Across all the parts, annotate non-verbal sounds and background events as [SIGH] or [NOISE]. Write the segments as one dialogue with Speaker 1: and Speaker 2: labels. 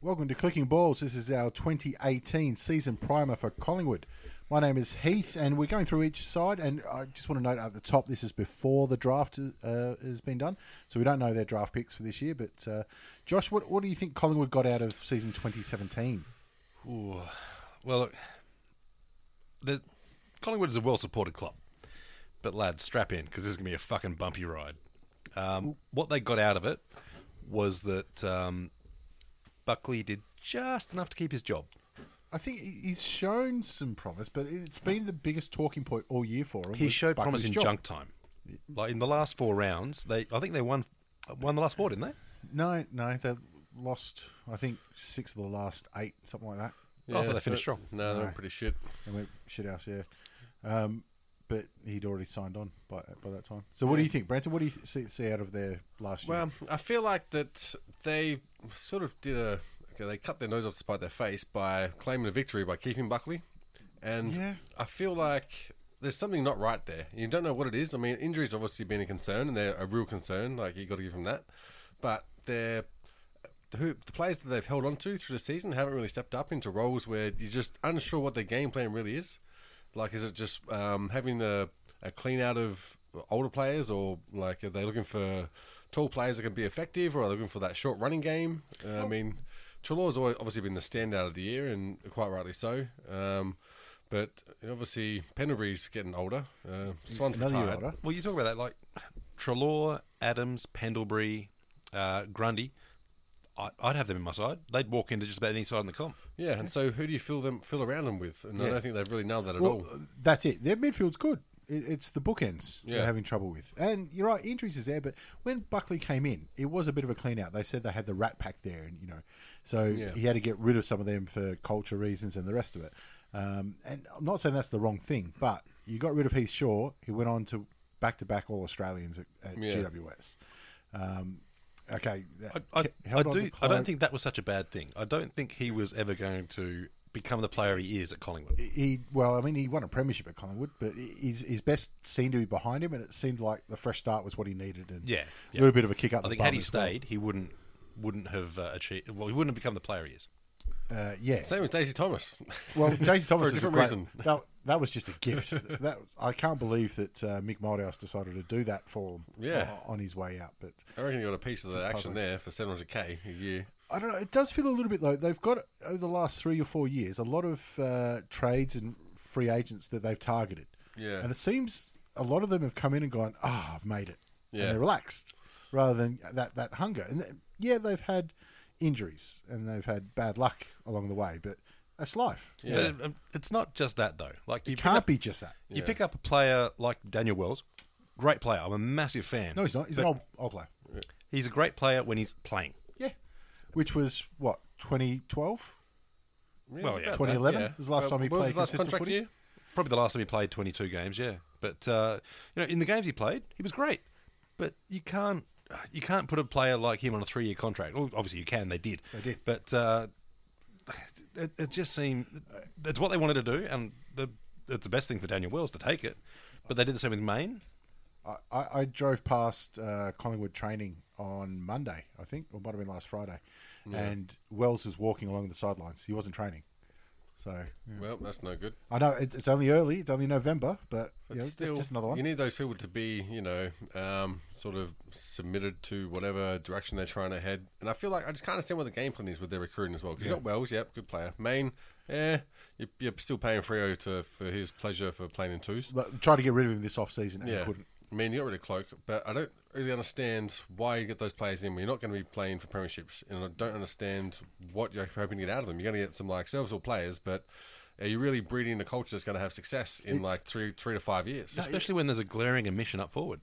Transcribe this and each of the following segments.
Speaker 1: Welcome to Clicking Balls. This is our 2018 season primer for Collingwood. My name is Heath, and we're going through each side. And I just want to note at the top, this is before the draft uh, has been done, so we don't know their draft picks for this year. But uh, Josh, what, what do you think Collingwood got out of season 2017?
Speaker 2: Well, look, the, Collingwood is a well-supported club, but lads, strap in because this is gonna be a fucking bumpy ride. Um, what they got out of it was that um, Buckley did just enough to keep his job.
Speaker 1: I think he- he's shown some promise, but it's been the biggest talking point all year for him.
Speaker 2: He
Speaker 1: was
Speaker 2: showed promise
Speaker 1: Buckley's
Speaker 2: in
Speaker 1: job.
Speaker 2: junk time, like in the last four rounds. They, I think they won, won the last four, didn't they?
Speaker 1: No, no, they lost. I think six of the last eight, something like that.
Speaker 2: I thought they finished strong.
Speaker 3: No, they were pretty shit.
Speaker 1: and went shit house, yeah. Um, but he'd already signed on by by that time. So what do you think, Branton? What do you th- see, see out of their last year?
Speaker 3: Well, I feel like that they sort of did a. Okay, they cut their nose off to spite their face by claiming a victory by keeping Buckley, and
Speaker 1: Yeah.
Speaker 3: I feel like there's something not right there. You don't know what it is. I mean, injuries obviously been a concern, and they're a real concern. Like you got to give them that, but they're. Who, the players that they've held on to through the season haven't really stepped up into roles where you're just unsure what their game plan really is. Like, is it just um, having a, a clean out of older players, or like are they looking for tall players that can be effective, or are they looking for that short running game? Uh, I mean, Trelaw's always obviously been the standout of the year, and quite rightly so. Um, but obviously, Pendlebury's getting older. Uh, Swan's
Speaker 1: Another year
Speaker 3: retired.
Speaker 1: older.
Speaker 2: Well, you talk about that like Trelaw, Adams, Pendlebury, uh, Grundy. I, I'd have them in my side. They'd walk into just about any side in the comp.
Speaker 3: Yeah, and so who do you fill them fill around them with? And I don't think they've really nailed that at all.
Speaker 1: Well, uh, that's it. Their midfield's good. It, it's the bookends
Speaker 3: Yeah.
Speaker 1: they're having trouble with. And you're right, injuries is there. But when Buckley came in, it was a bit of a clean out. They said they had the rat pack there, and you know, so he had to get rid of some of them for culture reasons and the rest of it. Um, and I'm not saying that's the wrong thing, but you got rid of Heath Shaw. He went on to back to back all Australians at, at
Speaker 3: Yeah.
Speaker 1: GWS. Um, okay, that-
Speaker 2: I,
Speaker 1: ke-
Speaker 2: I
Speaker 1: held on to
Speaker 2: do. I don't
Speaker 1: Clive.
Speaker 2: think that was such a bad thing. I don't think he was ever going to become the player he is at Collingwood.
Speaker 1: he well, I mean, he won a premiership at Collingwood, but his his best seemed to be behind him, and it seemed like the fresh start was what he needed, and
Speaker 2: Yeah,
Speaker 1: a
Speaker 2: yeah.
Speaker 1: little bit of a kick up.
Speaker 2: I
Speaker 1: the
Speaker 2: think
Speaker 1: bum
Speaker 2: had he
Speaker 1: as well.
Speaker 2: stayed, he wouldn't wouldn't have uh, achieved. Well, he wouldn't have become the player he is.
Speaker 1: uh, yeah.
Speaker 3: Same with Daisy Thomas. [LAUGHS]
Speaker 1: well,
Speaker 2: [LAUGHS]
Speaker 1: Jason Thomas
Speaker 3: a
Speaker 1: is a
Speaker 3: different
Speaker 1: great,
Speaker 3: reason.
Speaker 1: That, that was just a gift. [LAUGHS] that I can't believe that uh, Mick Mildhouse decided to do that for him.
Speaker 3: Yeah.
Speaker 1: o- on his way out, but
Speaker 3: I reckon you got a piece of that action
Speaker 1: puzzling.
Speaker 3: there for 700k a year.
Speaker 1: I don't know. It does feel a little bit though. They've got over the last three or four years a lot of uh, trades and free agents that they've targeted.
Speaker 3: Yeah.
Speaker 1: and it seems a lot of them have come in and gone, "Ah, I've made it,"
Speaker 3: Yeah.
Speaker 1: and they're relaxed rather than that that hunger. And th- yeah, they've had injuries and they've had bad luck along the way, but that's life.
Speaker 2: Yeah. But it, it's not just that though. Like you
Speaker 1: It
Speaker 2: pick
Speaker 1: can't
Speaker 2: up-
Speaker 1: be just that.
Speaker 2: You pick up a player like Daniel Wells, great player. I'm a massive fan.
Speaker 1: No, he's not. He's
Speaker 2: But
Speaker 1: an old, old player.
Speaker 2: He's a great player when he's playing.
Speaker 1: Yeah, which was what 2012,
Speaker 3: Yeah,
Speaker 2: Well,
Speaker 3: it's
Speaker 2: yeah.
Speaker 3: about that,
Speaker 1: 2011
Speaker 3: yeah.
Speaker 1: was the last
Speaker 3: Well,
Speaker 1: time he
Speaker 3: when was
Speaker 1: played
Speaker 3: his last
Speaker 1: consistent
Speaker 3: contract
Speaker 1: footy.
Speaker 3: year?
Speaker 2: Probably the last time he played 22 games, yeah. But uh, you know, in the games he played, he was great. But you can't you can't put a player like him on a three year contract. Well, obviously you can. They did. They
Speaker 1: did.
Speaker 2: But uh, it, it just seemed that's what they wanted to do, and the, it's the best thing for Daniel Wells to take it. But they did the same with Maine.
Speaker 1: I, I, I drove past uh, Collingwood training on Monday, I think, or might have been last Friday, and Wells was walking along the sidelines. He wasn't training, so
Speaker 3: Well, that's no good.
Speaker 1: I know it, it's only early. It's only November, but, you know, it's
Speaker 3: Still,
Speaker 1: just another one.
Speaker 3: You need those people to be, you know, um, sort of submitted to whatever direction they're trying to head. And I feel like I just can't understand what the game plan is with their recruiting as well. 'Cause you got Wells, yep, good player. Main, eh, you're, you're still paying Frio to for his pleasure for playing in twos.
Speaker 1: But tried to get rid of him this off season and
Speaker 3: Yeah.
Speaker 1: couldn't.
Speaker 3: I mean, you got rid of Cloak, but I don't really understand why you get those players in when you're not going to be playing for premierships, and I don't understand what you're hoping to get out of them. You're going to get some like serviceable players, but are you really breeding a culture that's going to have success in like three three to five years?
Speaker 2: especially when there's a glaring omission up forward.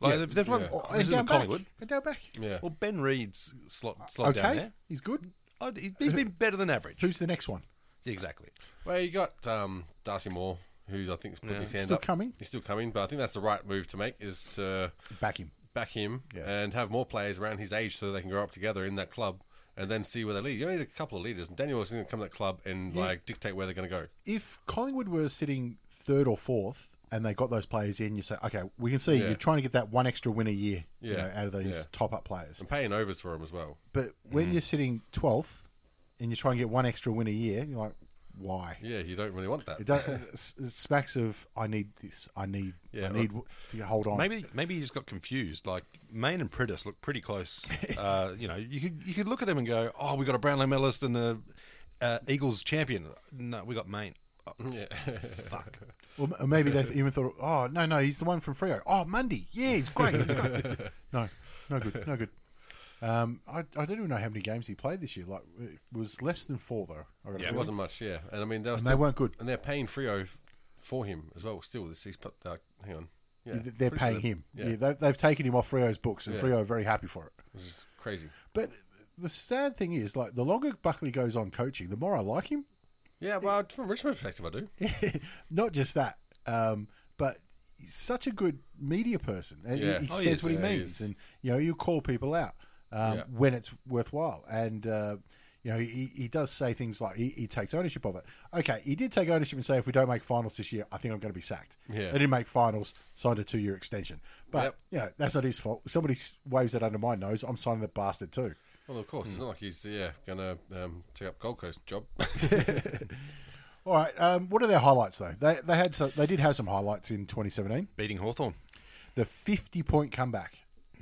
Speaker 2: Like
Speaker 1: Yeah.
Speaker 2: there- there's one
Speaker 3: Yeah.
Speaker 2: oh,
Speaker 1: And
Speaker 2: this is in
Speaker 1: down back.
Speaker 2: Collingwood.
Speaker 1: And down back.
Speaker 3: yeah,
Speaker 2: Well, Ben Reed's slot, slot
Speaker 1: Okay,
Speaker 2: down there.
Speaker 1: he's good.
Speaker 2: Oh, he- he's been better than average.
Speaker 1: Who's the next one?
Speaker 2: Yeah, exactly.
Speaker 3: Well, you got um, Darcy Moore, who I think is putting his hand
Speaker 1: Still
Speaker 3: up.
Speaker 1: coming.
Speaker 3: He's still coming, but I think that's the right move to make is to
Speaker 1: Back him.
Speaker 3: back him
Speaker 1: Yeah.
Speaker 3: and have more players around his age so they can grow up together in that club and then see where they lead. You need a couple of leaders, and Daniel is going to come to that club and like dictate where they're going to go.
Speaker 1: If Collingwood were sitting third or fourth and they got those players in, you say, okay, we can see
Speaker 3: Yeah.
Speaker 1: you're trying to get that one extra win a year you
Speaker 3: Yeah.
Speaker 1: know, out of those
Speaker 3: Yeah.
Speaker 1: top up players.
Speaker 3: And paying overs for him as well.
Speaker 1: But
Speaker 3: Mm.
Speaker 1: when you're sitting 12th and you try and get one extra win a year, you're like, why?
Speaker 3: Yeah, you don't really want that.
Speaker 1: It does, it uh, smacks of, I need this. I need,
Speaker 3: Yeah,
Speaker 1: I need to hold on.
Speaker 2: Maybe maybe he just got confused. Like Maine and Prentice look pretty close. Uh, you know, you could you could look at them and go, "Oh, we got a Brownlow medalist and a uh, Eagles champion." No, we got Maine. Oh, Fuck.
Speaker 1: Or m- maybe they even thought, oh, no, no, he's the one from Frio. Oh, Mundy. Yeah, he's great. He's great.
Speaker 3: [LAUGHS]
Speaker 1: no, no good. No good. Um, I, I don't even know how many games he played this year. Like, it was less than four, though. I got a
Speaker 3: It
Speaker 1: feeling.
Speaker 3: wasn't much, yeah. And I mean, they, were
Speaker 1: And
Speaker 3: still,
Speaker 1: they weren't good.
Speaker 3: And they're paying Frio f- for him as well, still. This he's put, uh, hang on. Yeah,
Speaker 1: Th- They're
Speaker 3: pretty sure
Speaker 1: paying
Speaker 3: they-
Speaker 1: him. Yeah,
Speaker 3: Yeah,
Speaker 1: they, they've taken him off Frio's books, and
Speaker 3: Yeah.
Speaker 1: Frio are very happy for it.
Speaker 3: which is crazy.
Speaker 1: But the sad thing is, like, the longer Buckley goes on coaching, the more I like him.
Speaker 3: Yeah, well, from Richmond perspective, I do.
Speaker 1: Not just that, um, but he's such a good media person. And he-
Speaker 3: Yeah.
Speaker 1: he,
Speaker 3: Oh, he
Speaker 1: says
Speaker 3: is.
Speaker 1: what he
Speaker 3: Yeah, he
Speaker 1: means,
Speaker 3: is.
Speaker 1: and you know, you call people out um,
Speaker 3: Yeah.
Speaker 1: when it's worthwhile. And uh, you know, he, he does say things like he, he takes ownership of it. Okay, he did take ownership and say, if we don't make finals this year, I think I'm going to be sacked.
Speaker 3: Yeah.
Speaker 1: They didn't make finals, signed a two year extension. But
Speaker 3: Yep.
Speaker 1: you know, that's not his fault. Somebody s- waves that under my nose. I'm signing that bastard too.
Speaker 3: Well, of
Speaker 1: Hmm.
Speaker 3: course, it's not like he's yeah going to um, take up Gold Coast job. [LAUGHS]
Speaker 1: All right. Um, what are their highlights though? They they had so they did have some highlights in 2017.
Speaker 2: Beating Hawthorn.
Speaker 1: the 50 point comeback.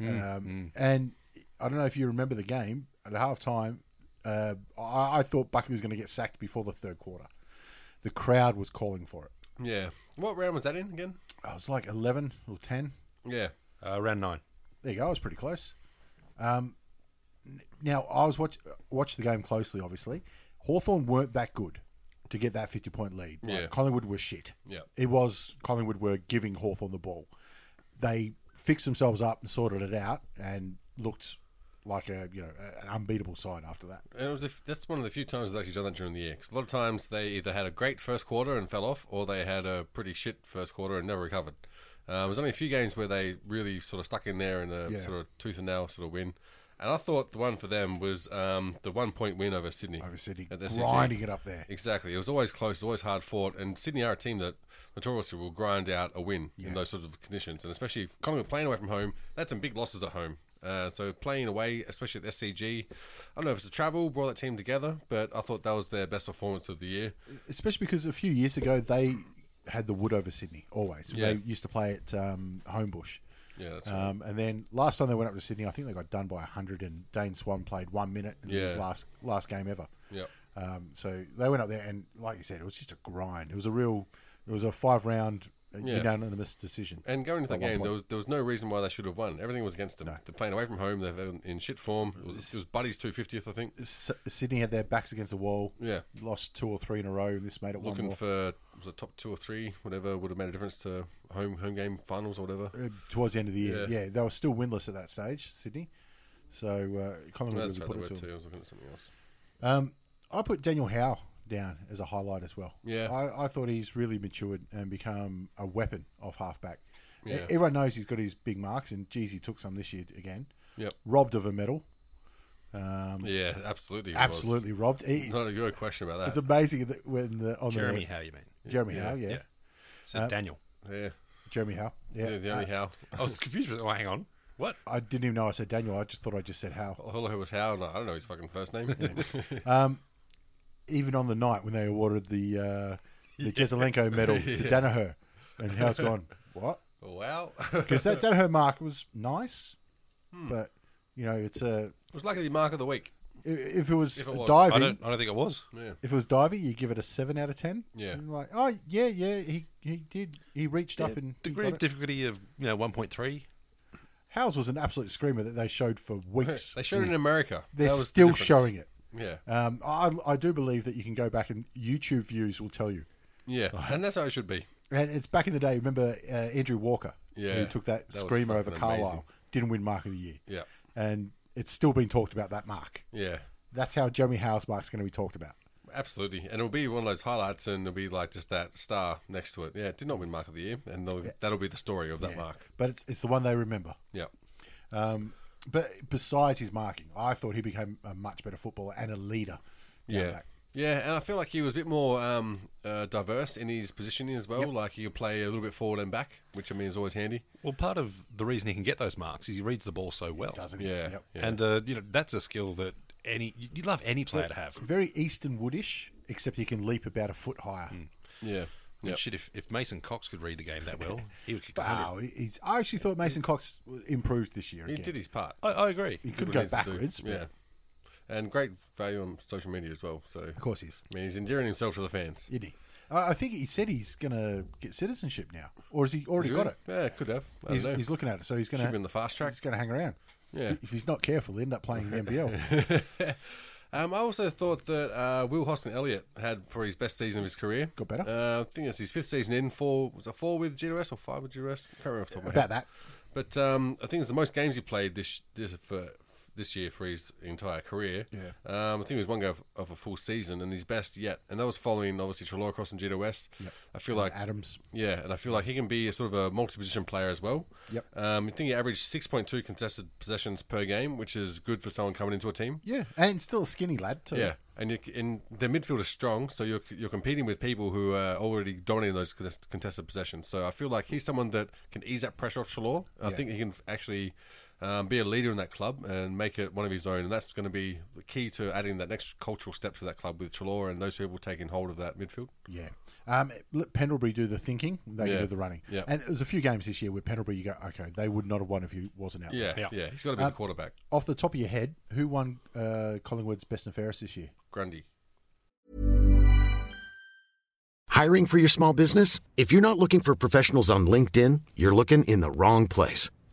Speaker 1: um, And I don't know if you remember the game at half time. Uh, I, I thought Buckley was going to get sacked before the third quarter. The crowd was calling for it.
Speaker 3: yeah, what round was that in again?
Speaker 1: I was like 11 or 10.
Speaker 3: Yeah,
Speaker 2: Uh, round nine.
Speaker 1: There you go. I was pretty close. Um, n- now, I was watch watched the game closely, obviously. Hawthorn weren't that good to get that 50 point lead. Like,
Speaker 3: Yeah.
Speaker 1: Collingwood were shit.
Speaker 3: Yeah.
Speaker 1: It was Collingwood were giving Hawthorn the ball. They fixed themselves up and sorted it out and looked like a you know a- an unbeatable side after that.
Speaker 3: and it was a f that's one of the few times they've actually done that during the year. 'Cause a lot of times they either had a great first quarter and fell off, or they had a pretty shit first quarter and never recovered. Uh, there was only a few games where they really sort of stuck in there and a
Speaker 1: Yeah.
Speaker 3: sort of tooth and nail sort of win. And I thought the one for them was um, the one point win over Sydney.
Speaker 1: Over Sydney,
Speaker 3: At their CG.
Speaker 1: grinding it up there.
Speaker 3: Exactly. It was always close, always hard fought, and Sydney are a team that notoriously will grind out a win in those sorts of conditions, and especially if Collingwood playing away from home, that's some big losses at home. Uh, so playing away, especially at the SCG, I don't know if it's the travel brought that team together, but I thought that was their best performance of the year.
Speaker 1: Especially because a few years ago they had the wood over Sydney always.
Speaker 3: Yeah.
Speaker 1: They used to play at um, Homebush.
Speaker 3: Yeah, that's right.
Speaker 1: Um, and then last time they went up to Sydney, I think they got done by 100, and Dane Swan played one minute, and it was his
Speaker 3: Yeah.
Speaker 1: last last game ever.
Speaker 3: Yep.
Speaker 1: Um, so they went up there, and like you said, it was just a grind. It was a real, it was a five round uh,
Speaker 3: Yeah.
Speaker 1: unanimous decision.
Speaker 3: And going into the
Speaker 1: At one
Speaker 3: game,
Speaker 1: point.
Speaker 3: there was there was no reason why they should have won. Everything was against them. They're playing away from home. They're in- in shit form. It was, it was Buddy's two fiftieth, I think.
Speaker 1: S- Sydney had their backs against the wall.
Speaker 3: Yeah.
Speaker 1: lost two or three in a row, and this made it
Speaker 3: Looking
Speaker 1: one more.
Speaker 3: for was it top two or three, whatever would have made a difference to home home game finals or whatever.
Speaker 1: Uh, towards the end of the year. Yeah.
Speaker 3: Yeah.
Speaker 1: they were still winless at that stage, Sydney. So uh, Collingwood
Speaker 3: No,
Speaker 1: really
Speaker 3: that's right.
Speaker 1: put
Speaker 3: They
Speaker 1: it
Speaker 3: were
Speaker 1: to
Speaker 3: too.
Speaker 1: them.
Speaker 3: I was looking at something else.
Speaker 1: I put Daniel Howe down as a highlight as well.
Speaker 3: Yeah.
Speaker 1: I, I thought he's really matured and become a weapon off halfback. E-
Speaker 3: Yeah.
Speaker 1: Everyone knows he's got his big marks, and geez, he took some this year again.
Speaker 3: Yep.
Speaker 1: Robbed of a medal.
Speaker 3: Yeah, absolutely. he was.
Speaker 1: Absolutely robbed.
Speaker 3: [LAUGHS]
Speaker 1: He-
Speaker 3: Not a good question about
Speaker 1: it's
Speaker 3: that.
Speaker 1: amazing that when the on
Speaker 2: Jeremy
Speaker 1: the
Speaker 2: Howe, you mean?
Speaker 1: Jeremy Howe, yeah.
Speaker 2: Yeah. So Daniel.
Speaker 3: yeah.
Speaker 1: Jeremy Howe, yeah.
Speaker 3: yeah, the only
Speaker 1: Uh,
Speaker 3: how.
Speaker 2: I was confused with. Oh, hang on. What?
Speaker 1: I didn't even know I said Daniel. I just thought I just said Howe.
Speaker 3: All I heard was how, and I don't know his fucking first
Speaker 1: [LAUGHS]
Speaker 3: name.
Speaker 1: even on the night when they awarded the
Speaker 3: [LAUGHS]
Speaker 1: uh, the Jezelenko medal to Danaher, and Howe's gone what?
Speaker 3: wow.
Speaker 1: Because that
Speaker 3: Hmm.
Speaker 1: Danaher mark was nice, but you know it's a
Speaker 3: it was lucky to be Mark of the Week.
Speaker 1: I- If it was,
Speaker 3: If it was.
Speaker 2: I
Speaker 1: diving,
Speaker 2: don't. I don't think it was.
Speaker 3: Yeah.
Speaker 1: if it was diving, you give it a seven out of ten.
Speaker 3: Yeah.
Speaker 1: And like oh yeah, yeah, he he did. He reached up and he
Speaker 2: Degree
Speaker 1: got
Speaker 2: of
Speaker 1: it.
Speaker 2: difficulty of you know one point three.
Speaker 1: Howes was an absolute screamer that they showed for weeks.
Speaker 3: [LAUGHS] They showed it in America.
Speaker 1: They're
Speaker 3: That was the
Speaker 1: still
Speaker 3: difference.
Speaker 1: showing it.
Speaker 3: Yeah.
Speaker 1: Um, I, I do believe that you can go back and YouTube views will tell you.
Speaker 3: Yeah. And that's how it should be.
Speaker 1: And it's back in the day. Remember uh, Andrew Walker?
Speaker 3: Yeah.
Speaker 1: who took that,
Speaker 3: That was
Speaker 1: screamer over
Speaker 3: fucking
Speaker 1: Carlisle,
Speaker 3: amazing.
Speaker 1: didn't win Mark of the Year.
Speaker 3: Yeah.
Speaker 1: and it's still being talked about that mark.
Speaker 3: Yeah.
Speaker 1: That's how Jeremy Howes mark's going to be talked about.
Speaker 3: Absolutely. And it'll be one of those highlights and it'll be like just that star next to it. Yeah. It did not win Mark of the Year. And they'll- that'll be the story of that mark.
Speaker 1: But it's, it's the one they remember.
Speaker 3: Yeah.
Speaker 1: But besides his marking, I thought he became a much better footballer and a leader. down
Speaker 3: Yeah.
Speaker 1: back.
Speaker 3: Yeah, and I feel like he was a bit more um, uh, diverse in his positioning as well. Like he could play a little bit forward and back, which I mean is always handy.
Speaker 2: Well, part of the reason he can get those marks is he reads the ball so well.
Speaker 1: doesn't he?
Speaker 3: Yeah,
Speaker 1: Yep.
Speaker 2: And uh, you know that's a skill that any you'd love any player to have.
Speaker 1: Very Eastern Woodish, except he can leap about a foot higher.
Speaker 3: Hmm. yeah,
Speaker 2: And
Speaker 3: yeah.
Speaker 2: Shit, if, if Mason Cox could read the game
Speaker 1: [LAUGHS]
Speaker 2: that well, he would kick
Speaker 1: Wow,
Speaker 2: wow.
Speaker 1: oh, he- he's. I actually thought Mason Cox improved this year.
Speaker 3: He
Speaker 1: Again.
Speaker 3: did his part.
Speaker 2: I, I agree.
Speaker 1: He could
Speaker 3: What
Speaker 1: go
Speaker 3: needs to do.
Speaker 1: backwards. but
Speaker 3: Yeah, and great value on social media as well. So
Speaker 1: of course he's.
Speaker 3: I mean, he's endearing himself to the fans.
Speaker 1: Did he? I I think he said he's going to get citizenship now, or has he already
Speaker 3: Really?
Speaker 1: got it?
Speaker 3: Yeah, could have. I don't
Speaker 1: He's,
Speaker 3: know.
Speaker 1: he's looking at it, so he's going
Speaker 3: Should
Speaker 1: to
Speaker 3: be in the fast track.
Speaker 1: He's going to hang around.
Speaker 3: Yeah.
Speaker 1: If he's not careful, he'll end up playing in the
Speaker 3: [LAUGHS]
Speaker 1: NBL.
Speaker 3: Um, I also thought that uh, Will Hoston Elliott had for his best season of his career.
Speaker 1: Got better.
Speaker 3: Uh, I think it's his fifth season in. Four was it four with GWS or five with GWS? Can't remember off the top of my head.
Speaker 1: About that.
Speaker 3: But um, I think it's the most games he played this this for this year for his entire career.
Speaker 1: Yeah.
Speaker 3: Um, I think it was one go of, of a full season and his best yet, and that was following obviously Trelaw Cross and Gita West. I feel like
Speaker 1: Adams.
Speaker 3: Yeah, and I feel like he can be a sort of a multi-position player as well.
Speaker 1: Yep.
Speaker 3: Um, I think he averaged six point two contested possessions per game, which is good for someone coming into a team.
Speaker 1: Yeah, and still a skinny lad too.
Speaker 3: Yeah, and you, and their midfield is strong, so you're you're competing with people who are already dominating those contest- contested possessions. So I feel like he's someone that can ease that pressure off Chalor. I think he can actually um, be a leader in that club and make it one of his own, and that's going to be the key to adding that next cultural step to that club with Chalor and those people taking hold of that midfield.
Speaker 1: yeah. Um, let Pendlebury do the thinking; they
Speaker 3: Yeah.
Speaker 1: can do the running.
Speaker 3: Yeah.
Speaker 1: And there's a few games this year where Pendlebury, you go, okay, they would not have won if he wasn't out.
Speaker 3: Yeah,
Speaker 1: there.
Speaker 3: yeah, Uh, he's got to be the quarterback,
Speaker 1: Off the top of your head, who won uh, Collingwood's best and fairest this year?
Speaker 3: Grundy.
Speaker 4: Hiring for your small business? If you're not looking for professionals on LinkedIn, you're looking in the wrong place.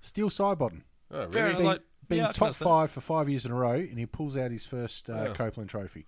Speaker 1: Steel Sidebottom.
Speaker 3: Oh, really?
Speaker 2: Fair enough.
Speaker 1: Been,
Speaker 2: like-
Speaker 1: been
Speaker 2: yeah, I can
Speaker 1: top
Speaker 2: understand.
Speaker 1: five for five years in a row, and he pulls out his first uh,
Speaker 3: Yeah.
Speaker 1: Copeland Trophy.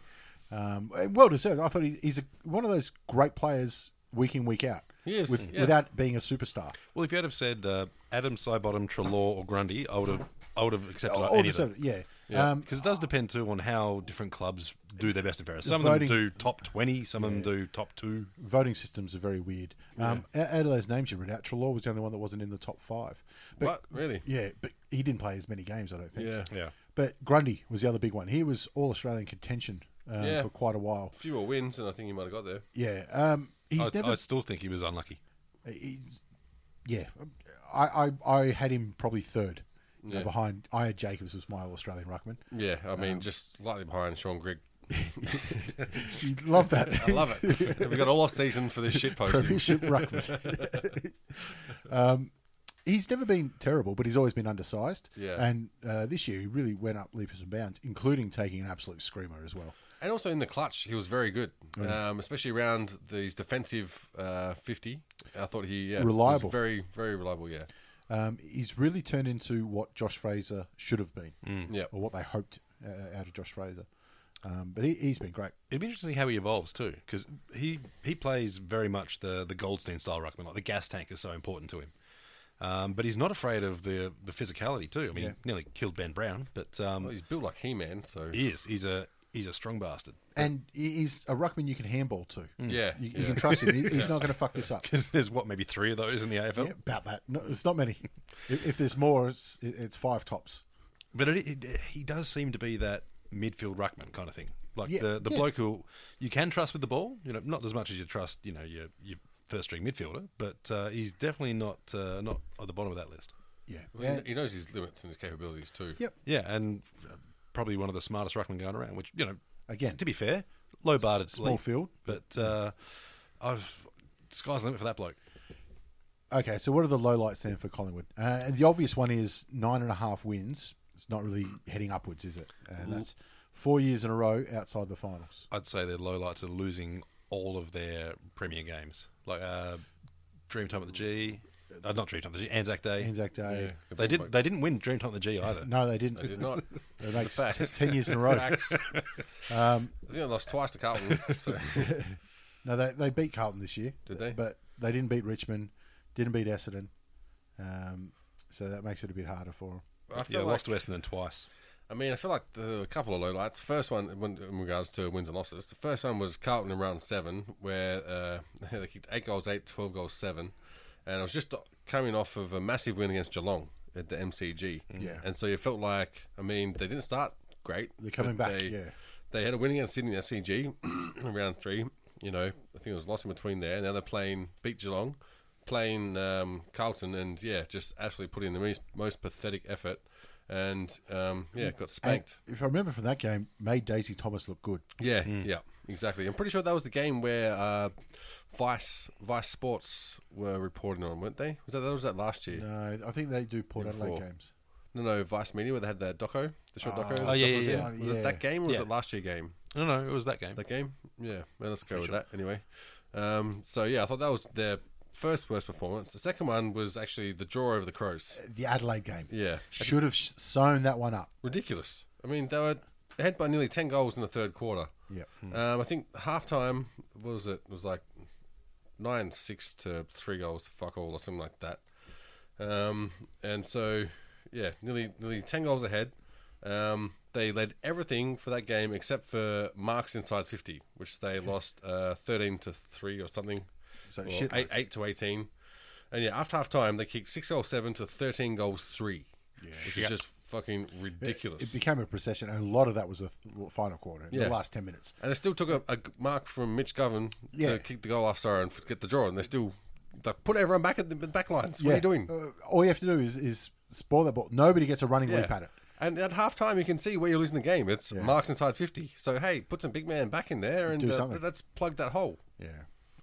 Speaker 1: Um, and well deserved. I thought he, he's a, one of those great players week in week out.
Speaker 3: He is,
Speaker 1: with-
Speaker 3: yeah.
Speaker 1: without being a superstar.
Speaker 2: Well, if you had have said uh, Adams, Sybottom, Trelaw, or Grundy, I would have I would have accepted
Speaker 1: All
Speaker 2: any of them.
Speaker 1: deserved, yeah.
Speaker 2: Yeah,
Speaker 1: Um,
Speaker 2: because it does depend too on how different clubs do their best and fairest.
Speaker 1: The
Speaker 2: Some
Speaker 1: voting-
Speaker 2: of them do top twenty, some of them do top two.
Speaker 1: voting systems are very weird. Um, out, out of those names you read out, Trelaw was the only one that wasn't in the top five. But
Speaker 3: What really?
Speaker 1: yeah, but he didn't play as many games. I don't think.
Speaker 3: Yeah.
Speaker 2: Yeah,
Speaker 1: But Grundy was the other big one. He was all Australian contention um,
Speaker 3: Yeah.
Speaker 1: for quite a while.
Speaker 3: Fewer wins, and I think he might have got there.
Speaker 1: Yeah. Um, he's
Speaker 2: I,
Speaker 1: never
Speaker 2: I still think he was unlucky.
Speaker 1: He's- yeah, I, I I had him probably third you know, behind. I had Jacobs was my Australian ruckman.
Speaker 3: Yeah, I mean, just slightly behind Sean Grigg.
Speaker 1: You love that.
Speaker 3: [LAUGHS] I love it. We've got all off season for this shit posting.
Speaker 1: Premiership ruckman. [LAUGHS] um, he's never been terrible, but he's always been undersized.
Speaker 3: Yeah.
Speaker 1: and uh, this year he really went up leaps and bounds, including taking an absolute screamer as well.
Speaker 3: And also in the clutch, he was very good, um, especially around these defensive uh, fifty. I thought he yeah, was
Speaker 1: Reliable.
Speaker 3: very very reliable. Yeah,
Speaker 1: Um, he's really turned into what Josh Fraser should have been,
Speaker 3: yeah.
Speaker 1: or what they hoped uh, out of Josh Fraser. Um, but he, he's been great.
Speaker 2: It'd be interesting how he evolves too, because he he plays very much the the Goldstein style ruckman. Like the gas tank is so important to him, um, but he's not afraid of the the physicality too. I mean, he nearly killed Ben Brown, but um,
Speaker 1: Oh,
Speaker 3: Well, he's built like He Man, so
Speaker 2: he is he's a he's a strong bastard. [LAUGHS]
Speaker 1: And he- he's a ruckman you can handball to.
Speaker 3: Yeah,
Speaker 1: You, you
Speaker 3: Mm. yeah.
Speaker 1: can trust him. He- He's
Speaker 3: [LAUGHS]
Speaker 1: not going to fuck this up.
Speaker 2: Because there's what maybe three of those in the AFL.
Speaker 1: Yeah, about that. No, it's not many. if, if there's more, it's, it- it's five tops.
Speaker 2: But it, it, he does seem to be that midfield ruckman kind of thing, like
Speaker 1: Yeah,
Speaker 2: the the
Speaker 1: yeah.
Speaker 2: bloke who you can trust with the ball. You know, not as much as you trust you know your your first string midfielder, but uh, he's definitely not uh, not at the bottom of that list.
Speaker 1: Yeah.
Speaker 3: Well,
Speaker 1: Yeah.
Speaker 3: he- he knows his limits and his capabilities too.
Speaker 1: Yep.
Speaker 2: Yeah, and uh, probably one of the smartest ruckmen going around. Which you know,
Speaker 1: Again.
Speaker 2: to be fair, low barred
Speaker 1: S- small field.
Speaker 2: but uh, I've sky's the limit for that bloke.
Speaker 1: Okay, so what are the low lights then for Collingwood? Uh, and the obvious one is nine and a half wins. It's not really heading upwards, is it? And that's four years in a row outside the finals.
Speaker 2: I'd say their lowlights are losing all of their premier games, like uh, Dreamtime at the G, uh, not Dreamtime at the G, Anzac Day.
Speaker 1: Anzac Day.
Speaker 2: They did. They didn't win Dreamtime at the G either.
Speaker 1: [LAUGHS] No, they didn't.
Speaker 3: They
Speaker 1: [LAUGHS]
Speaker 3: did not.
Speaker 1: It makes t- 10 years in a row.
Speaker 2: [LAUGHS]
Speaker 3: Facts. I
Speaker 2: Um,
Speaker 3: think I lost twice to Carlton. So.
Speaker 1: No, they, they beat Carlton this year.
Speaker 3: Did they?
Speaker 1: But they didn't beat Richmond, didn't beat Essendon. Um, so that makes it a bit harder for them.
Speaker 3: I
Speaker 2: yeah,
Speaker 3: feel like,
Speaker 2: lost to Essendon twice.
Speaker 3: I mean, I feel like the a couple of lowlights. First one, when, in regards to wins and losses, the first one was Carlton in round seven, where uh, [LAUGHS] they kicked eight goals, eight, 12 goals, seven, and I was just coming off of a massive win against Geelong at the MCG.
Speaker 1: Yeah.
Speaker 3: and so you felt like, I mean, they didn't start great.
Speaker 1: They're coming
Speaker 3: but
Speaker 1: back,
Speaker 3: They,
Speaker 1: yeah.
Speaker 3: they had a win against Sydney in the SCG [CLEARS THROAT] in round three. You know, I think it was lost in between there. Now they're playing beat Geelong, playing um, Carlton, and yeah, just absolutely put in the most, most pathetic effort. And um, yeah, got spanked.
Speaker 1: And if I remember from that game, made Daisy Thomas look good.
Speaker 3: yeah, yeah, exactly. I'm pretty sure that was the game where uh, Vice Vice Sports were reporting on, weren't they? Was that that was that last year? No,
Speaker 1: No, I think they do Port
Speaker 3: Yeah,
Speaker 1: Adelaide
Speaker 3: before.
Speaker 1: games.
Speaker 3: no, Vice Media where they had that doco, the short doco.
Speaker 1: Oh,
Speaker 2: yeah,
Speaker 3: That was
Speaker 2: yeah,
Speaker 3: it.
Speaker 2: yeah.
Speaker 3: Was
Speaker 1: Yeah.
Speaker 3: it that game or was
Speaker 2: Yeah.
Speaker 3: it last year game?
Speaker 2: No, no, it was that game.
Speaker 3: That game? Yeah. Well, let's go with that anyway. Um, so, yeah, I thought that was their first worst performance. The second one was actually the draw over the Crows.
Speaker 1: The Adelaide game.
Speaker 3: Yeah.
Speaker 1: Should have sh- sewn that one up.
Speaker 3: Ridiculous. I mean, they were ahead by nearly 10 goals in the third quarter.
Speaker 1: Yeah.
Speaker 3: Um, I think halftime, what was it? It was like 9 6 to 3 goals to fuck all or something like that. Um, and so, yeah, nearly nearly 10 goals ahead. Um, they led everything for that game except for marks inside 50, which they lost uh, 13 to 3 or something.
Speaker 1: So
Speaker 3: Or
Speaker 1: shit
Speaker 3: eight,
Speaker 1: loads.
Speaker 3: 8 to 18. And yeah, after half time, they kicked 6 goals 7 to 13 goals 3, which is just fucking ridiculous.
Speaker 1: It became a procession, and a lot of that was the th- final quarter,
Speaker 3: Yeah.
Speaker 1: the last 10 minutes.
Speaker 3: And it still took a, a g- mark from Mitch Govan
Speaker 1: Yeah.
Speaker 3: to kick the goal off Sorrow and f- get the draw. And they still they put everyone back at the back lines. What are you doing?
Speaker 1: Uh, all you have to do is, is spoil that ball. Nobody gets a running leap at it.
Speaker 3: And at half time, you can see where you're losing the game. It's marks inside 50. So, hey, put some big man back in there and
Speaker 1: Do
Speaker 3: uh,
Speaker 1: something.
Speaker 3: let's plug that hole.
Speaker 1: Yeah.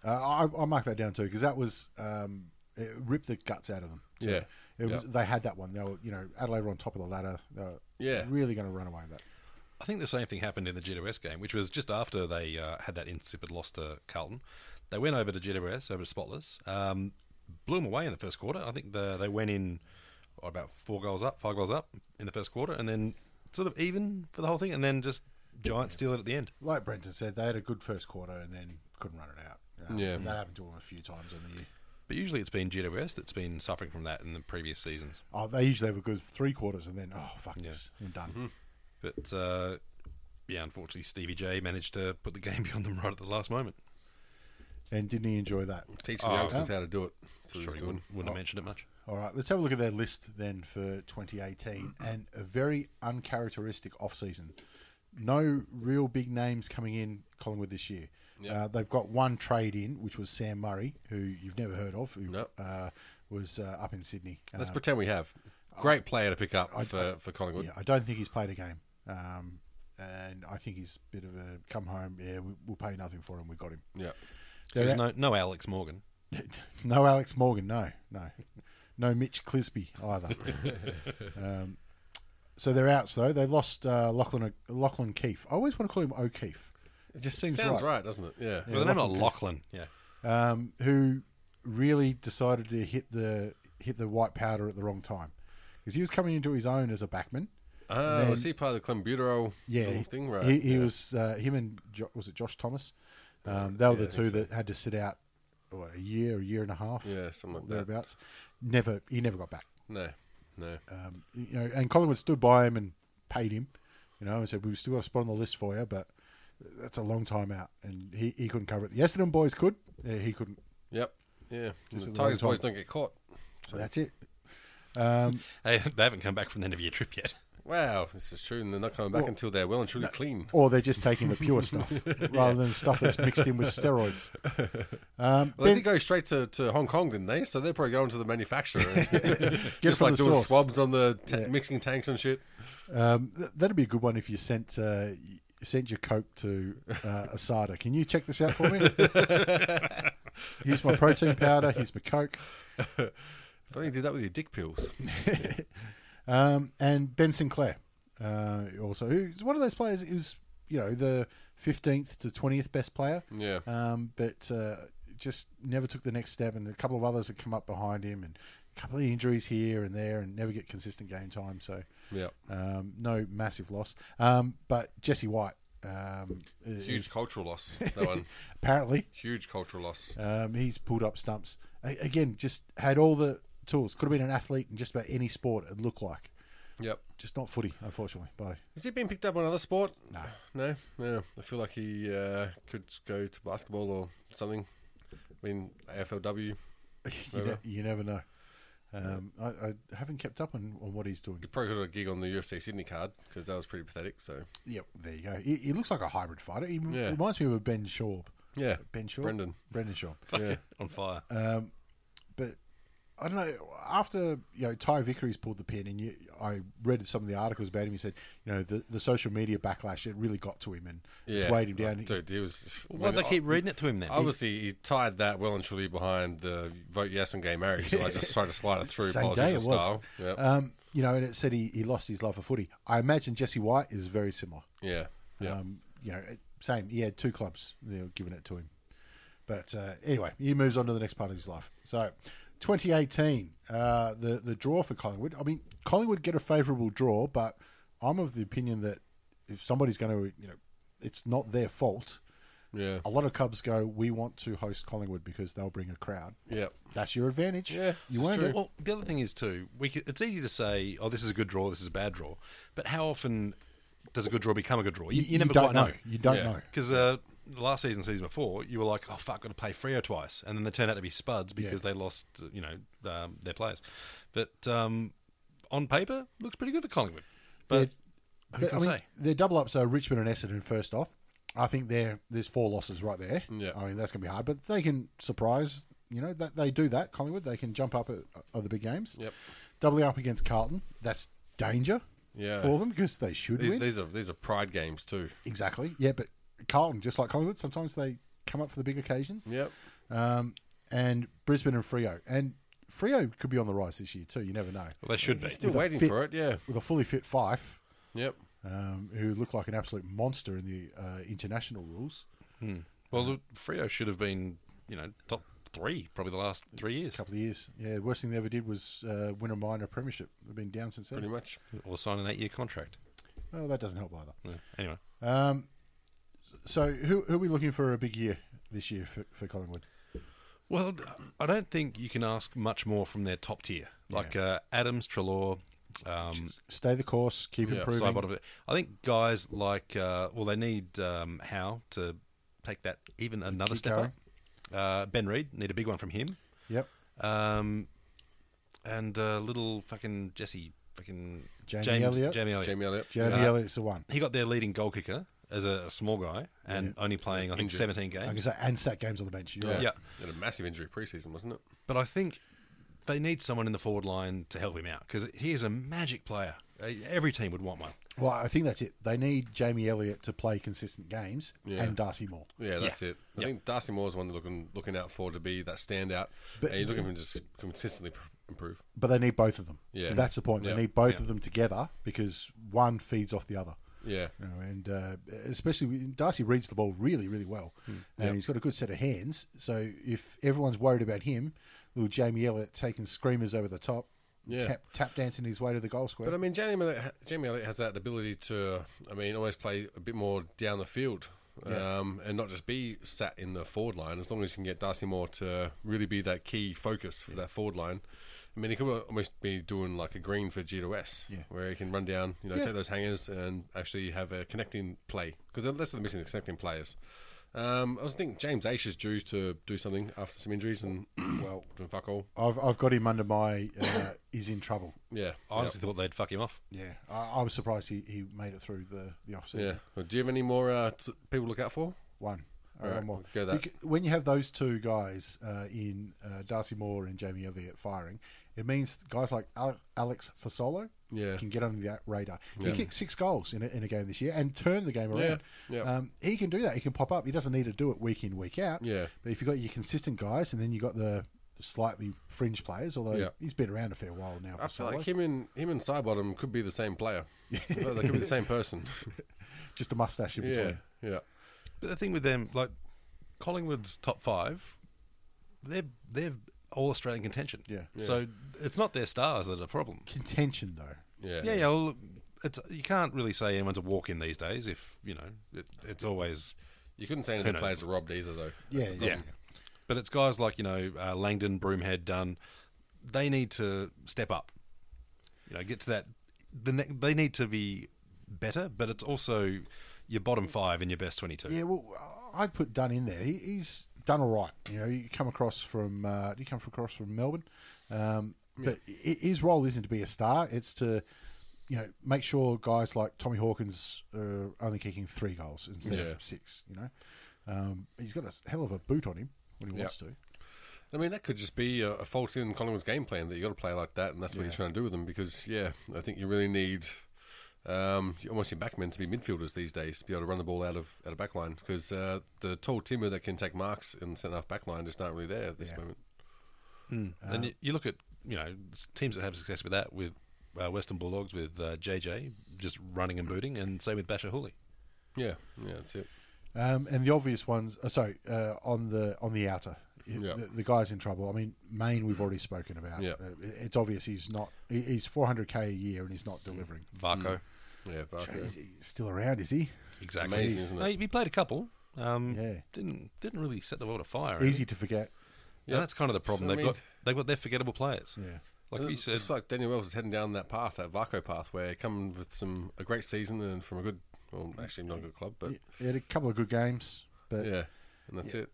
Speaker 1: Uh, I, I'll mark that down too, because that was, um, it ripped the guts out of them. So
Speaker 3: Yeah.
Speaker 1: It was,
Speaker 3: Yeah.
Speaker 1: They had that one. They were, you know, Adelaide were on top of the ladder. They were
Speaker 3: Yeah.
Speaker 1: Really going to run away with that.
Speaker 2: I think the same thing happened in the GWS game, which was just after they uh, had that insipid loss to Carlton. They went over to GWS, over to Spotless, um, blew them away in the first quarter. I think the, they went in what, about four goals up, five goals up in the first quarter, and then sort of even for the whole thing, and then just Giants steal it at the end.
Speaker 1: Like Brenton said, they had a good first quarter and then couldn't run it out. You know,
Speaker 3: Yeah.
Speaker 1: and That happened to them a few times on the year.
Speaker 2: But usually it's been GWS that's been suffering from that in the previous seasons.
Speaker 1: Oh, they usually have a good three quarters and then, oh, fuck this. I'm done.
Speaker 3: Mm-hmm.
Speaker 2: But uh, yeah, unfortunately, Stevie J managed to put the game [LAUGHS] beyond them right at the last moment.
Speaker 1: And didn't he enjoy that?
Speaker 3: Teaching
Speaker 2: Oh,
Speaker 3: the youngsters how to do it. Oh. So
Speaker 2: Sure, he wouldn't, wouldn't have mentioned it much.
Speaker 1: All right, let's have a look at their list then for 2018 and a very uncharacteristic off season. No real big names coming in Collingwood this year. Uh, they've got one trade in, which was Sam Murray, who you've never heard of, who
Speaker 3: Nope.
Speaker 1: uh, was uh, up in Sydney.
Speaker 3: Let's
Speaker 1: Um,
Speaker 3: pretend we have. Great player to pick up for, for Collingwood.
Speaker 1: yeah, I don't think he's played a game. Um, and I think he's a bit of a come home. Yeah, we, we'll pay nothing for him. We got him.
Speaker 3: Yeah.
Speaker 2: So there's no, no Alex Morgan.
Speaker 1: No Alex Morgan, no, no, no Mitch Clisby either.
Speaker 3: [LAUGHS]
Speaker 1: um, so they're outs though. They lost uh, Lachlan Lachlan Keefe. I always want to call him O'Keefe. It just seems
Speaker 3: Sounds
Speaker 1: right.
Speaker 3: right, doesn't it? Yeah.
Speaker 2: Well, the name of Lachlan. Yeah.
Speaker 1: Um, who really decided to hit the hit the white powder at the wrong time because he was coming into his own as a backman,
Speaker 3: Oh, was he part of the Clembuterol
Speaker 1: Yeah, he-
Speaker 3: thing, right?
Speaker 1: He, he
Speaker 3: yeah.
Speaker 1: was uh, him and jo- was it Josh Thomas? Um, they were the two that had to sit out what, a year, a year and a half,
Speaker 3: Yeah, something like that.
Speaker 1: thereabouts. Never, he never got back.
Speaker 3: No, no.
Speaker 1: Um, you know, and Collingwood stood by him and paid him. You know, and said we've still got a spot on the list for you, but that's a long time out, and he, he couldn't cover it. The Essendon boys could, uh, he couldn't.
Speaker 3: Yep. Yeah.
Speaker 1: Just
Speaker 3: The
Speaker 1: at the
Speaker 3: Tigers
Speaker 1: wrong
Speaker 3: boys
Speaker 1: time.
Speaker 3: don't get caught.
Speaker 1: That's it.
Speaker 2: Hey, they haven't come back from the end of your trip yet. [LAUGHS]
Speaker 3: Wow, this is true, and they're not coming back until they're well and truly clean.
Speaker 1: Or they're just taking the pure stuff rather than stuff that's mixed in with steroids. Um,
Speaker 3: Well, they
Speaker 1: Ben-
Speaker 3: did go straight to, to Hong Kong, didn't they? So they're probably going to the manufacturer, [LAUGHS] and just
Speaker 1: from
Speaker 3: like
Speaker 1: the
Speaker 3: doing
Speaker 1: source.
Speaker 3: swabs on the ta mixing tanks and shit.
Speaker 1: Th- That'd be a good one if you sent uh, you sent your coke to uh, Asada. Can you check this out for me? here's my protein powder. Here's my coke.
Speaker 3: If only you did that with your dick pills.
Speaker 1: Um, and Ben Sinclair, uh, also who's one of those players who's you know the fifteenth to twentieth best player.
Speaker 3: Yeah.
Speaker 1: Um, but uh, just never took the next step, and a couple of others had come up behind him, and a couple of injuries here and there, and never get consistent game time. So.
Speaker 3: Yeah,
Speaker 1: Um, no massive loss, um, but Jesse White um,
Speaker 3: huge cultural loss. That [LAUGHS] one,
Speaker 1: apparently
Speaker 3: huge cultural loss.
Speaker 1: um, he's pulled up stumps A- again just had all the tools could have been an athlete in just about any sport it looked like
Speaker 3: Yep.
Speaker 1: just not footy unfortunately by
Speaker 3: Has he been picked up on another sport? No, no, no. I feel like he uh, could go to basketball or something. I mean, AFLW. [LAUGHS]
Speaker 1: you, ne- you never know um, I, I haven't kept up on, on what he's doing
Speaker 3: He probably got a gig on the UFC Sydney card because that was pretty pathetic. So
Speaker 1: yep there you go he, he looks like a hybrid fighter he
Speaker 3: Yeah.
Speaker 1: reminds me of a Ben Shorb
Speaker 3: yeah,
Speaker 1: Ben Shorb
Speaker 3: Brendan.
Speaker 1: Brendan
Speaker 3: [LAUGHS]
Speaker 1: Shorb
Speaker 2: Fucking on fire.
Speaker 1: but I don't know. After you know, Ty Vickery's pulled the pin, and you, I read some of the articles about him. He said, you know, the, the social media backlash it really got to him, and it's
Speaker 3: Yeah.
Speaker 1: weighed him down.
Speaker 3: Dude, he was.
Speaker 2: Why would they
Speaker 3: I-
Speaker 2: keep reading it to him then?
Speaker 3: Obviously, he tied that well and truly behind the vote yes on gay marriage. So I just tried to slide it through
Speaker 1: Same day
Speaker 3: politician
Speaker 1: it was.
Speaker 3: style. Yep.
Speaker 1: Um, you know, and it said he, he lost his love for footy. I imagine Jesse White is very similar.
Speaker 3: yeah, yeah.
Speaker 1: Um, you know, it- same. He had two clubs. They were giving it to him. But uh, anyway, he moves on to the next part of his life. So, 2018, uh, the the draw for Collingwood. I mean, Collingwood get a favourable draw, but I'm of the opinion that if somebody's going to, you know, it's not their fault.
Speaker 3: yeah,
Speaker 1: A lot of clubs go, we want to host Collingwood because they'll bring a crowd.
Speaker 3: Yep.
Speaker 1: That's your advantage.
Speaker 3: Yeah,
Speaker 1: you
Speaker 3: this is
Speaker 1: won't.
Speaker 3: true.
Speaker 2: Well, the other thing is too, we could, it's easy to say, "Oh, this is a good draw, this is a bad draw," but how often does a good draw become a good draw? You, you never
Speaker 1: don't
Speaker 2: quite know.
Speaker 1: You don't
Speaker 3: Yeah.
Speaker 1: know.
Speaker 2: Because uh, last season, season before, you were like, "Oh fuck, got to play Frio twice," and then they turned out to be spuds because they lost, uh, you know, um, their players. But um, on paper, looks pretty good for Collingwood. But who
Speaker 1: But,
Speaker 2: can
Speaker 1: I mean,
Speaker 2: say?
Speaker 1: their double ups are Richmond and Essendon first off. I think there there's four losses right there.
Speaker 3: Yeah.
Speaker 1: I mean that's going to be hard, but they can surprise. You know that they do that. Collingwood they can jump up at other big games.
Speaker 3: Yep.
Speaker 1: Doubling up against Carlton, that's danger.
Speaker 3: Yeah.
Speaker 1: For them because they should
Speaker 3: These,
Speaker 1: win.
Speaker 3: these are these are pride games too.
Speaker 1: Exactly. Yeah, but Carlton just like Collingwood, sometimes they come up for the big occasion.
Speaker 3: Yep.
Speaker 1: Um, and Brisbane and Frio and Frio could be on the rise this year too. You never know.
Speaker 2: Well, they should be.
Speaker 3: Still waiting
Speaker 1: fit-
Speaker 3: for it. Yeah.
Speaker 1: With a fully fit Fife,
Speaker 3: Yep.
Speaker 1: um, who looked like an absolute monster in the uh, international rules.
Speaker 2: Well, look, Frio should have been, you know, top three probably the last three years,
Speaker 1: couple of years. Yeah, worst thing they ever did was uh, win a minor premiership. They've been down since
Speaker 3: Pretty
Speaker 1: then.
Speaker 3: much.
Speaker 2: or sign an eight-year contract.
Speaker 1: Well, that doesn't help either.
Speaker 2: Yeah. Anyway,
Speaker 1: Um, so who, who are we looking for a big year this year for, for Collingwood?
Speaker 2: Well, I don't think you can ask much more from their top tier, like uh, Adams, Trelaw, um,
Speaker 1: Stay the course, keep improving.
Speaker 2: side bottom. I think guys like uh, well, they need um, Howe to take that even another step
Speaker 1: going.
Speaker 2: up. Uh, ben Reed need a big one from him,
Speaker 1: Yep.
Speaker 2: um, and uh, little fucking Jesse, fucking
Speaker 1: Jamie
Speaker 2: James,
Speaker 1: Elliott.
Speaker 2: Jamie Elliott.
Speaker 3: Jamie Elliott.
Speaker 1: Jeremy
Speaker 2: Uh,
Speaker 1: Elliott's the one.
Speaker 2: He got their leading goal kicker as a, a small guy and only playing I think seventeen
Speaker 1: I'm gonna
Speaker 2: games.
Speaker 1: say, uh, and sat games on the bench. You're
Speaker 3: Yeah.
Speaker 1: right.
Speaker 2: Yeah.
Speaker 3: He had a massive injury preseason, wasn't it?
Speaker 2: But I think they need someone in the forward line to help him out because he is a magic player. Uh, Every team would want one.
Speaker 1: Well, I think that's it. They need Jamie Elliott to play consistent games and Darcy Moore.
Speaker 3: Yeah, that's it. I
Speaker 2: Yeah.
Speaker 3: think Darcy Moore's one they're looking looking out for to be that standout.
Speaker 1: But-
Speaker 3: and you're looking for him to just consistently pr- improve.
Speaker 1: But they need both of them.
Speaker 3: Yeah.
Speaker 1: And that's the point.
Speaker 3: Yeah.
Speaker 1: They need both
Speaker 2: Yeah.
Speaker 1: of them together because one feeds off the other.
Speaker 3: Yeah.
Speaker 1: You know, and uh, especially when- Darcy reads the ball really, really well,
Speaker 3: Hmm.
Speaker 1: and he's got a good set of hands. So if everyone's worried about him, little Jamie Elliott taking screamers over the top,
Speaker 3: Yeah.
Speaker 1: tap, tap dancing his way to the goal square.
Speaker 3: But I mean, Jamie Miller, Jamie Elliott has that ability to, I mean, always play a bit more down the field, um, and not just be sat in the forward line. As long as you can get Darcy Moore to really be that key focus for that forward line. I mean, he could almost be doing like a green for G to S,
Speaker 1: Yeah.
Speaker 3: where he can run down, you know,
Speaker 1: Yeah.
Speaker 3: take those hangers and actually have a connecting play because that's what they're missing, connecting players. Um, I was thinking James Aish is due to do something after some injuries [COUGHS] and well, doing fuck all.
Speaker 1: I've, I've got him under my uh, [COUGHS] is in trouble.
Speaker 3: Yeah,
Speaker 2: I honestly thought they'd fuck him off.
Speaker 1: Yeah, I, I was surprised he, he made it through the the off season.
Speaker 3: yeah. Well, do you have any more uh, t- people to look out for?
Speaker 1: One. All
Speaker 3: All
Speaker 1: right, one
Speaker 3: right,
Speaker 1: more.
Speaker 3: we'll go that.
Speaker 1: Bec- When you have those two guys uh, in uh, Darcy Moore and Jamie Elliott firing, it means guys like Al- Alex Fasolo
Speaker 3: Yeah.
Speaker 1: can get on the radar. He kicked six goals in a, in a game this year and turned the game
Speaker 3: Yeah,
Speaker 1: around.
Speaker 3: yeah.
Speaker 1: Um, he can do that. He can pop up. He doesn't need to do it week in, week out.
Speaker 3: Yeah.
Speaker 1: But if you've got your consistent guys and then you've got the slightly fringe players, although
Speaker 3: Yeah.
Speaker 1: he's been around a fair while now.
Speaker 3: I
Speaker 1: Fasolo.
Speaker 3: feel like him and him and Sidebottom could be the
Speaker 2: [LAUGHS]
Speaker 3: same player. Well, they could be the same person.
Speaker 1: Just a mustache in between.
Speaker 3: yeah, yeah,
Speaker 2: But the thing with them, like Collingwood's top five, they're they're all Australian contention.
Speaker 1: Yeah.
Speaker 2: So it's not their stars that are the problem.
Speaker 1: Contention, though.
Speaker 3: yeah,
Speaker 2: Yeah, yeah. Well, it's you can't really say anyone's a walk in these days. If you know, it, it's always.
Speaker 3: You couldn't say any of
Speaker 2: Who
Speaker 3: the players are robbed either, though.
Speaker 1: Yeah, yeah.
Speaker 2: But it's guys like you know uh, Langdon, Broomhead, Dunn. They need to step up. You know, get to that. The ne- they need to be better, but it's also your bottom five and your best twenty-two.
Speaker 1: Yeah, well, I'd put Dunn in there. He, he's done all right. You know, he come across from uh, he come across from Melbourne, um, but i his role isn't to be a star. It's to you know make sure guys like Tommy Hawkins are only kicking three goals instead
Speaker 3: Yeah.
Speaker 1: of six. You know, um, he's got a hell of a boot on him when he wants to.
Speaker 3: I mean, that could just be a, a fault in Collingwood's game plan that you got to play like that, and that's what you're trying to do with them. Because yeah, I think you really need um, you almost your backmen to be midfielders these days to be able to run the ball out of out of backline because uh, the tall Timber that can take marks in centre half backline just aren't really there at this moment.
Speaker 2: And you, you look at you know s- teams that have success with that with uh, Western Bulldogs with uh, JJ just running and booting, and same with Basher Hooley.
Speaker 3: Yeah, yeah, that's it.
Speaker 1: Um, and the obvious ones, uh, sorry, uh, on the on the outer, It-
Speaker 3: Yeah.
Speaker 1: the, the guy's in trouble. I mean, Maine, we've already spoken about.
Speaker 3: Yeah.
Speaker 1: Uh, it- it's obvious he's not. he- He's 400k a year and he's not delivering.
Speaker 2: Varco,
Speaker 3: Yeah, uh, Barker.
Speaker 1: Is he still around? Is he?
Speaker 2: exactly.
Speaker 3: Amazing, isn't it?
Speaker 2: No, he- he played a couple. Um,
Speaker 1: Yeah.
Speaker 2: Didn't didn't really set the world afire.
Speaker 1: Easy to forget.
Speaker 2: Yeah, that's kind of the problem.
Speaker 3: So, I
Speaker 2: they've
Speaker 3: mean-
Speaker 2: got they've got their forgettable players. Uh,
Speaker 1: Yeah.
Speaker 2: Like you said,
Speaker 3: it's like Daniel Wells is heading down that path, that Varco path, where he come with some a great season and from a good, well, actually not a good club, but
Speaker 1: He had a couple of good games, but
Speaker 3: yeah, and that's it.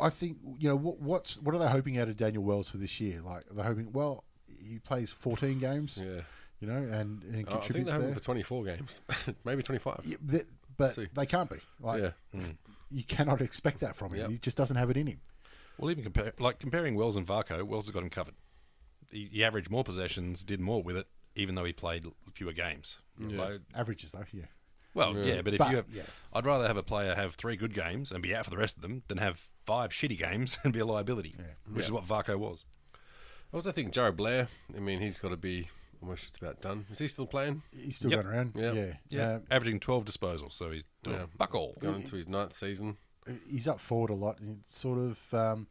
Speaker 1: I think you know what, what's what are they hoping out of Daniel Wells for this year? Like they're hoping, well, he plays 14 games,
Speaker 3: Yeah.
Speaker 1: you know, and, and
Speaker 3: I I think
Speaker 1: contributes
Speaker 3: they're hoping
Speaker 1: there.
Speaker 3: for 24 games, [LAUGHS] maybe 25.
Speaker 1: Yeah, th- but
Speaker 3: See.
Speaker 1: they can't be. Like
Speaker 3: Yeah. Mm.
Speaker 1: [LAUGHS] you cannot expect that from him.
Speaker 3: Yep.
Speaker 1: He just doesn't have it in him.
Speaker 2: well, even compare like comparing Wells and Varco, Wells has got him covered. He, he averaged more possessions, did more with it, even though he played fewer games. Like,
Speaker 1: Averages though, yeah.
Speaker 2: well, yeah, but if
Speaker 1: But,
Speaker 2: you have,
Speaker 1: yeah.
Speaker 2: I'd rather have a player have three good games and be out for the rest of them than have five shitty games [LAUGHS] and be a liability, which is what Varco was.
Speaker 3: I also think Jared Blair, I mean, he's got to be almost just about done. Is he still playing?
Speaker 1: He's still
Speaker 2: Yep.
Speaker 1: going around.
Speaker 3: Yep.
Speaker 1: Yeah, Um,
Speaker 2: Yeah, averaging twelve disposals, so he's doing fuck all.
Speaker 3: Going into his ninth season.
Speaker 1: Um, he's up forward a lot. And it's sort of, um,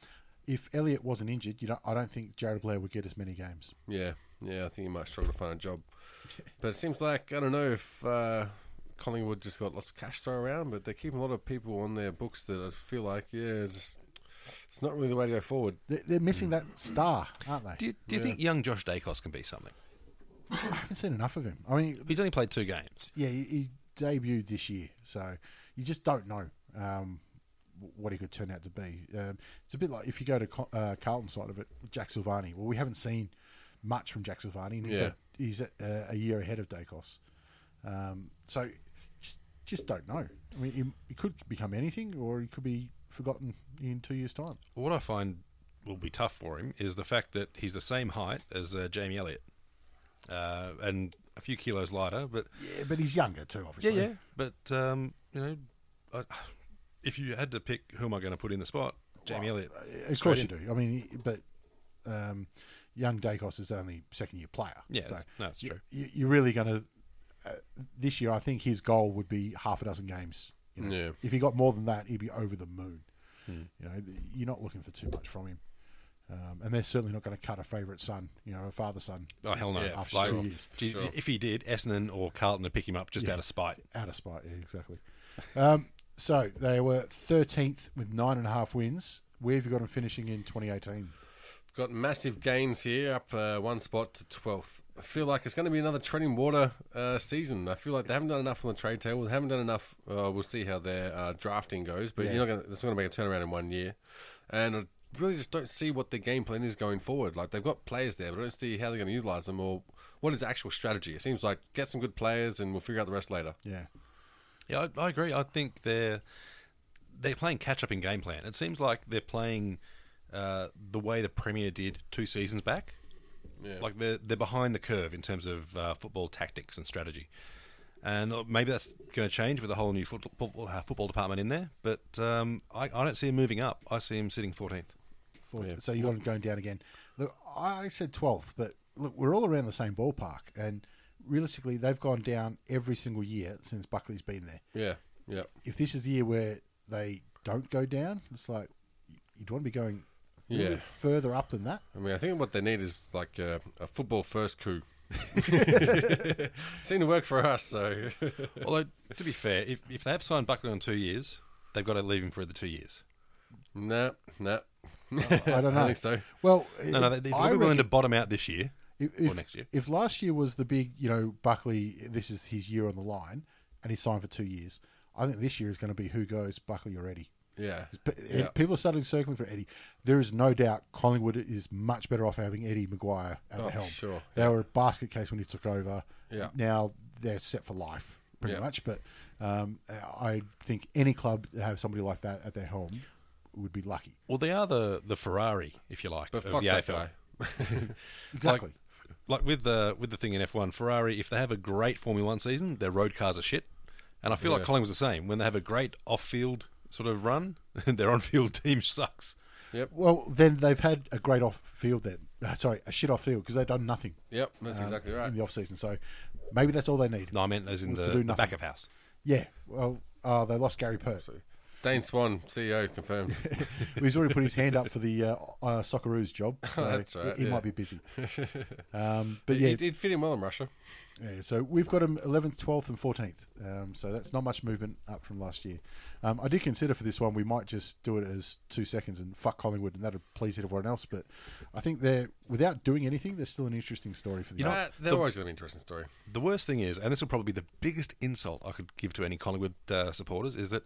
Speaker 1: if Elliot wasn't injured, you know, I don't think Jared Blair would get as many games.
Speaker 3: Yeah, yeah, I think he might struggle to find a job. But it seems like, I don't know if uh, Collingwood just got lots of cash thrown around, but they're keeping a lot of people on their books that I feel like, yeah, it's, just, it's not really the way to go forward.
Speaker 1: They're, they're
Speaker 3: Mm.
Speaker 1: missing that star, aren't they?
Speaker 2: Do you, do you think young Josh Dacos can be something?
Speaker 1: I haven't seen enough of him. I mean,
Speaker 2: He's only played two games.
Speaker 1: yeah, he, he debuted this year, so you just don't know um, wh- what he could turn out to be. Um, it's a bit like if you go to Co- uh, Carlton side of it, Jack Silvani. Well, we haven't seen much from Jack Silvani, and he's,
Speaker 3: Yeah.
Speaker 1: a, he's a, a year ahead of Dacos. Um, so just, just don't know. I mean, he, he could become anything, or he could be forgotten in two years' time.
Speaker 2: What I find will be tough for him is the fact that he's the same height as uh, Jamie Elliott, uh, and a few kilos lighter. But
Speaker 1: Yeah, but he's younger too,
Speaker 2: yeah,
Speaker 1: obviously.
Speaker 2: yeah. But um, you know, I, if you had to pick who am I going to put in the spot, Jamie Elliott.
Speaker 1: Of course you do. I mean, but um, young Dacos is only second year player.
Speaker 2: Yeah, no, it's
Speaker 1: you-
Speaker 2: true.
Speaker 1: You, you're really going to uh, this year. I think his goal would be half a dozen games. you know.
Speaker 3: Yeah.
Speaker 2: Hmm.
Speaker 1: If he got more than that, he'd be over the moon. You know, you're not looking for too much from him. Um, and they're certainly not going to cut a favourite son, you know, a father son.
Speaker 2: Oh hell no!
Speaker 1: after
Speaker 2: Like,
Speaker 1: two years.
Speaker 2: gee, If he did, Essendon or Carlton would pick him up just out of spite.
Speaker 1: Out of spite, yeah, exactly. Um, so they were 13th with nine and a half wins. Where have you got them finishing in 2018?
Speaker 3: Got massive gains here, up uh, one spot to 12th. I feel like it's going to be another treading water uh, season. I feel like they haven't done enough on the trade table. They haven't done enough. Uh, we'll see how their uh, drafting goes, but you're not going. It's not going to make a turnaround in one year. And I really just don't see what their game plan is going forward. Like they've got players there, but I don't see how they're going to utilize them or what is the actual strategy. It seems like get some good players and we'll figure out the rest later.
Speaker 1: Yeah.
Speaker 2: Yeah, I, I agree. I think they're they're playing catch up in game plan. It seems like they're playing uh, the way the Premier did two seasons back. Like they're they're behind the curve in terms of uh, football tactics and strategy, and uh, maybe that's going to change with a whole new football football, uh, football department in there. But um, I, I don't see him moving up. I see him sitting
Speaker 1: [LAUGHS]
Speaker 2: fourteenth.
Speaker 1: Four- So you're going down again. Look, I said 12th, but look, we're all around the same ballpark. And realistically, they've gone down every single year since Buckley's been there.
Speaker 3: Yeah, yeah.
Speaker 1: If this is the year where they don't go down, it's like you'd want to be going a little
Speaker 3: Yeah.
Speaker 1: bit further up than that.
Speaker 3: I mean, I think what they need is like a, a football first [LAUGHS] coup. Seemed to work for us, so
Speaker 2: Although to be fair, if if they have signed Buckley on two years, they've got to leave him for the two years.
Speaker 3: no, no.
Speaker 1: Oh, I
Speaker 3: [LAUGHS]
Speaker 1: don't know.
Speaker 3: think so.
Speaker 1: Well,
Speaker 2: No, no, they, they've got
Speaker 1: I
Speaker 2: to be willing to
Speaker 1: reckon-
Speaker 2: bottom out this year.
Speaker 1: If, if,
Speaker 2: next year.
Speaker 1: if last year was the big, you know, Buckley, this is his year on the line, and he signed for two years, I think this year is going to be who goes Buckley or Eddie.
Speaker 3: Yeah.
Speaker 1: P-
Speaker 3: Yeah.
Speaker 1: People are starting circling for Eddie. There is no doubt Collingwood is much better off having Eddie Maguire at
Speaker 3: Oh,
Speaker 1: the helm.
Speaker 3: sure.
Speaker 1: They were a basket case when he took over.
Speaker 3: Yeah.
Speaker 1: Now they're set for life, pretty
Speaker 3: Yeah.
Speaker 1: much. But um, I think any club to have somebody like that at their helm would be lucky.
Speaker 2: Well, they are the the Ferrari, if you like,
Speaker 3: But
Speaker 2: of
Speaker 3: fuck
Speaker 2: the
Speaker 3: that
Speaker 2: AFL.
Speaker 3: guy. [LAUGHS]
Speaker 1: Exactly.
Speaker 2: [LAUGHS] Like with the with the thing in F one, Ferrari, if they have a great Formula One season, their road cars are shit. And I feel like Collingwood's the same. When they have a great off field sort of run, [LAUGHS] their on field team sucks.
Speaker 1: Well, then they've had a great off field then. Uh, sorry, a shit off field because they've done nothing um,
Speaker 3: Yep, that's exactly right.
Speaker 1: in the off season. So maybe that's all they need.
Speaker 2: No, I meant as in
Speaker 1: Was to
Speaker 2: the,
Speaker 1: do
Speaker 2: the
Speaker 1: nothing.
Speaker 2: back of house.
Speaker 1: Yeah. Well, oh, they lost Gary Pert.
Speaker 3: Dane Swan, CEO, confirmed.
Speaker 1: He's already put his hand up for the uh, uh, Socceroos
Speaker 3: [LAUGHS]
Speaker 1: job. So
Speaker 3: That's right,
Speaker 1: He, he
Speaker 3: yeah.
Speaker 1: might be
Speaker 3: [LAUGHS]
Speaker 1: busy. Um, [LAUGHS] but yeah,
Speaker 3: He'd, he'd fit in well in Russia.
Speaker 1: yeah, so we've got him 11th, 12th, and 14th. Um, so that's not much movement up from last year. Um, I did consider for this one we might just do it as two seconds and fuck Collingwood, and that'd please everyone else. But I think they're without doing anything, they're still an interesting story for Oh, the.
Speaker 2: know,
Speaker 3: Uh, they're
Speaker 2: the-
Speaker 3: always going to be an interesting story.
Speaker 2: The worst thing is, and this will probably be the biggest insult I could give to any Collingwood uh, supporters, is that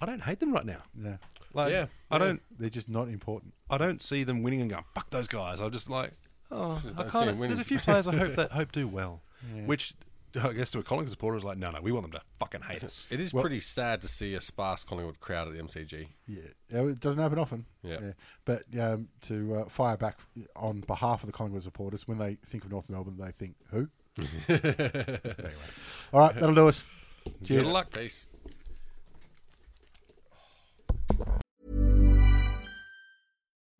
Speaker 2: I don't hate them right now.
Speaker 1: yeah,
Speaker 2: Like,
Speaker 3: Yeah,
Speaker 2: I
Speaker 3: yeah.
Speaker 2: don't.
Speaker 1: they're just not important.
Speaker 2: I don't see them winning and going fuck those guys. I'm just like, oh, I
Speaker 3: don't see them
Speaker 2: can't.
Speaker 3: winning.
Speaker 2: There's a few players I
Speaker 3: [LAUGHS]
Speaker 2: hope that hope do well, which I guess to a Collingwood supporter is like, no, no, we want them to fucking hate us.
Speaker 3: It is pretty sad to see a sparse Collingwood crowd at the MCG.
Speaker 1: Yeah, Yeah, it doesn't happen often.
Speaker 3: Yeah.
Speaker 1: But um, to uh, fire back on behalf of the Collingwood supporters, when they think of North Melbourne, they think
Speaker 2: [LAUGHS]
Speaker 1: who? Anyway. All right, that'll do us. Cheers.
Speaker 2: Good luck.
Speaker 3: Peace.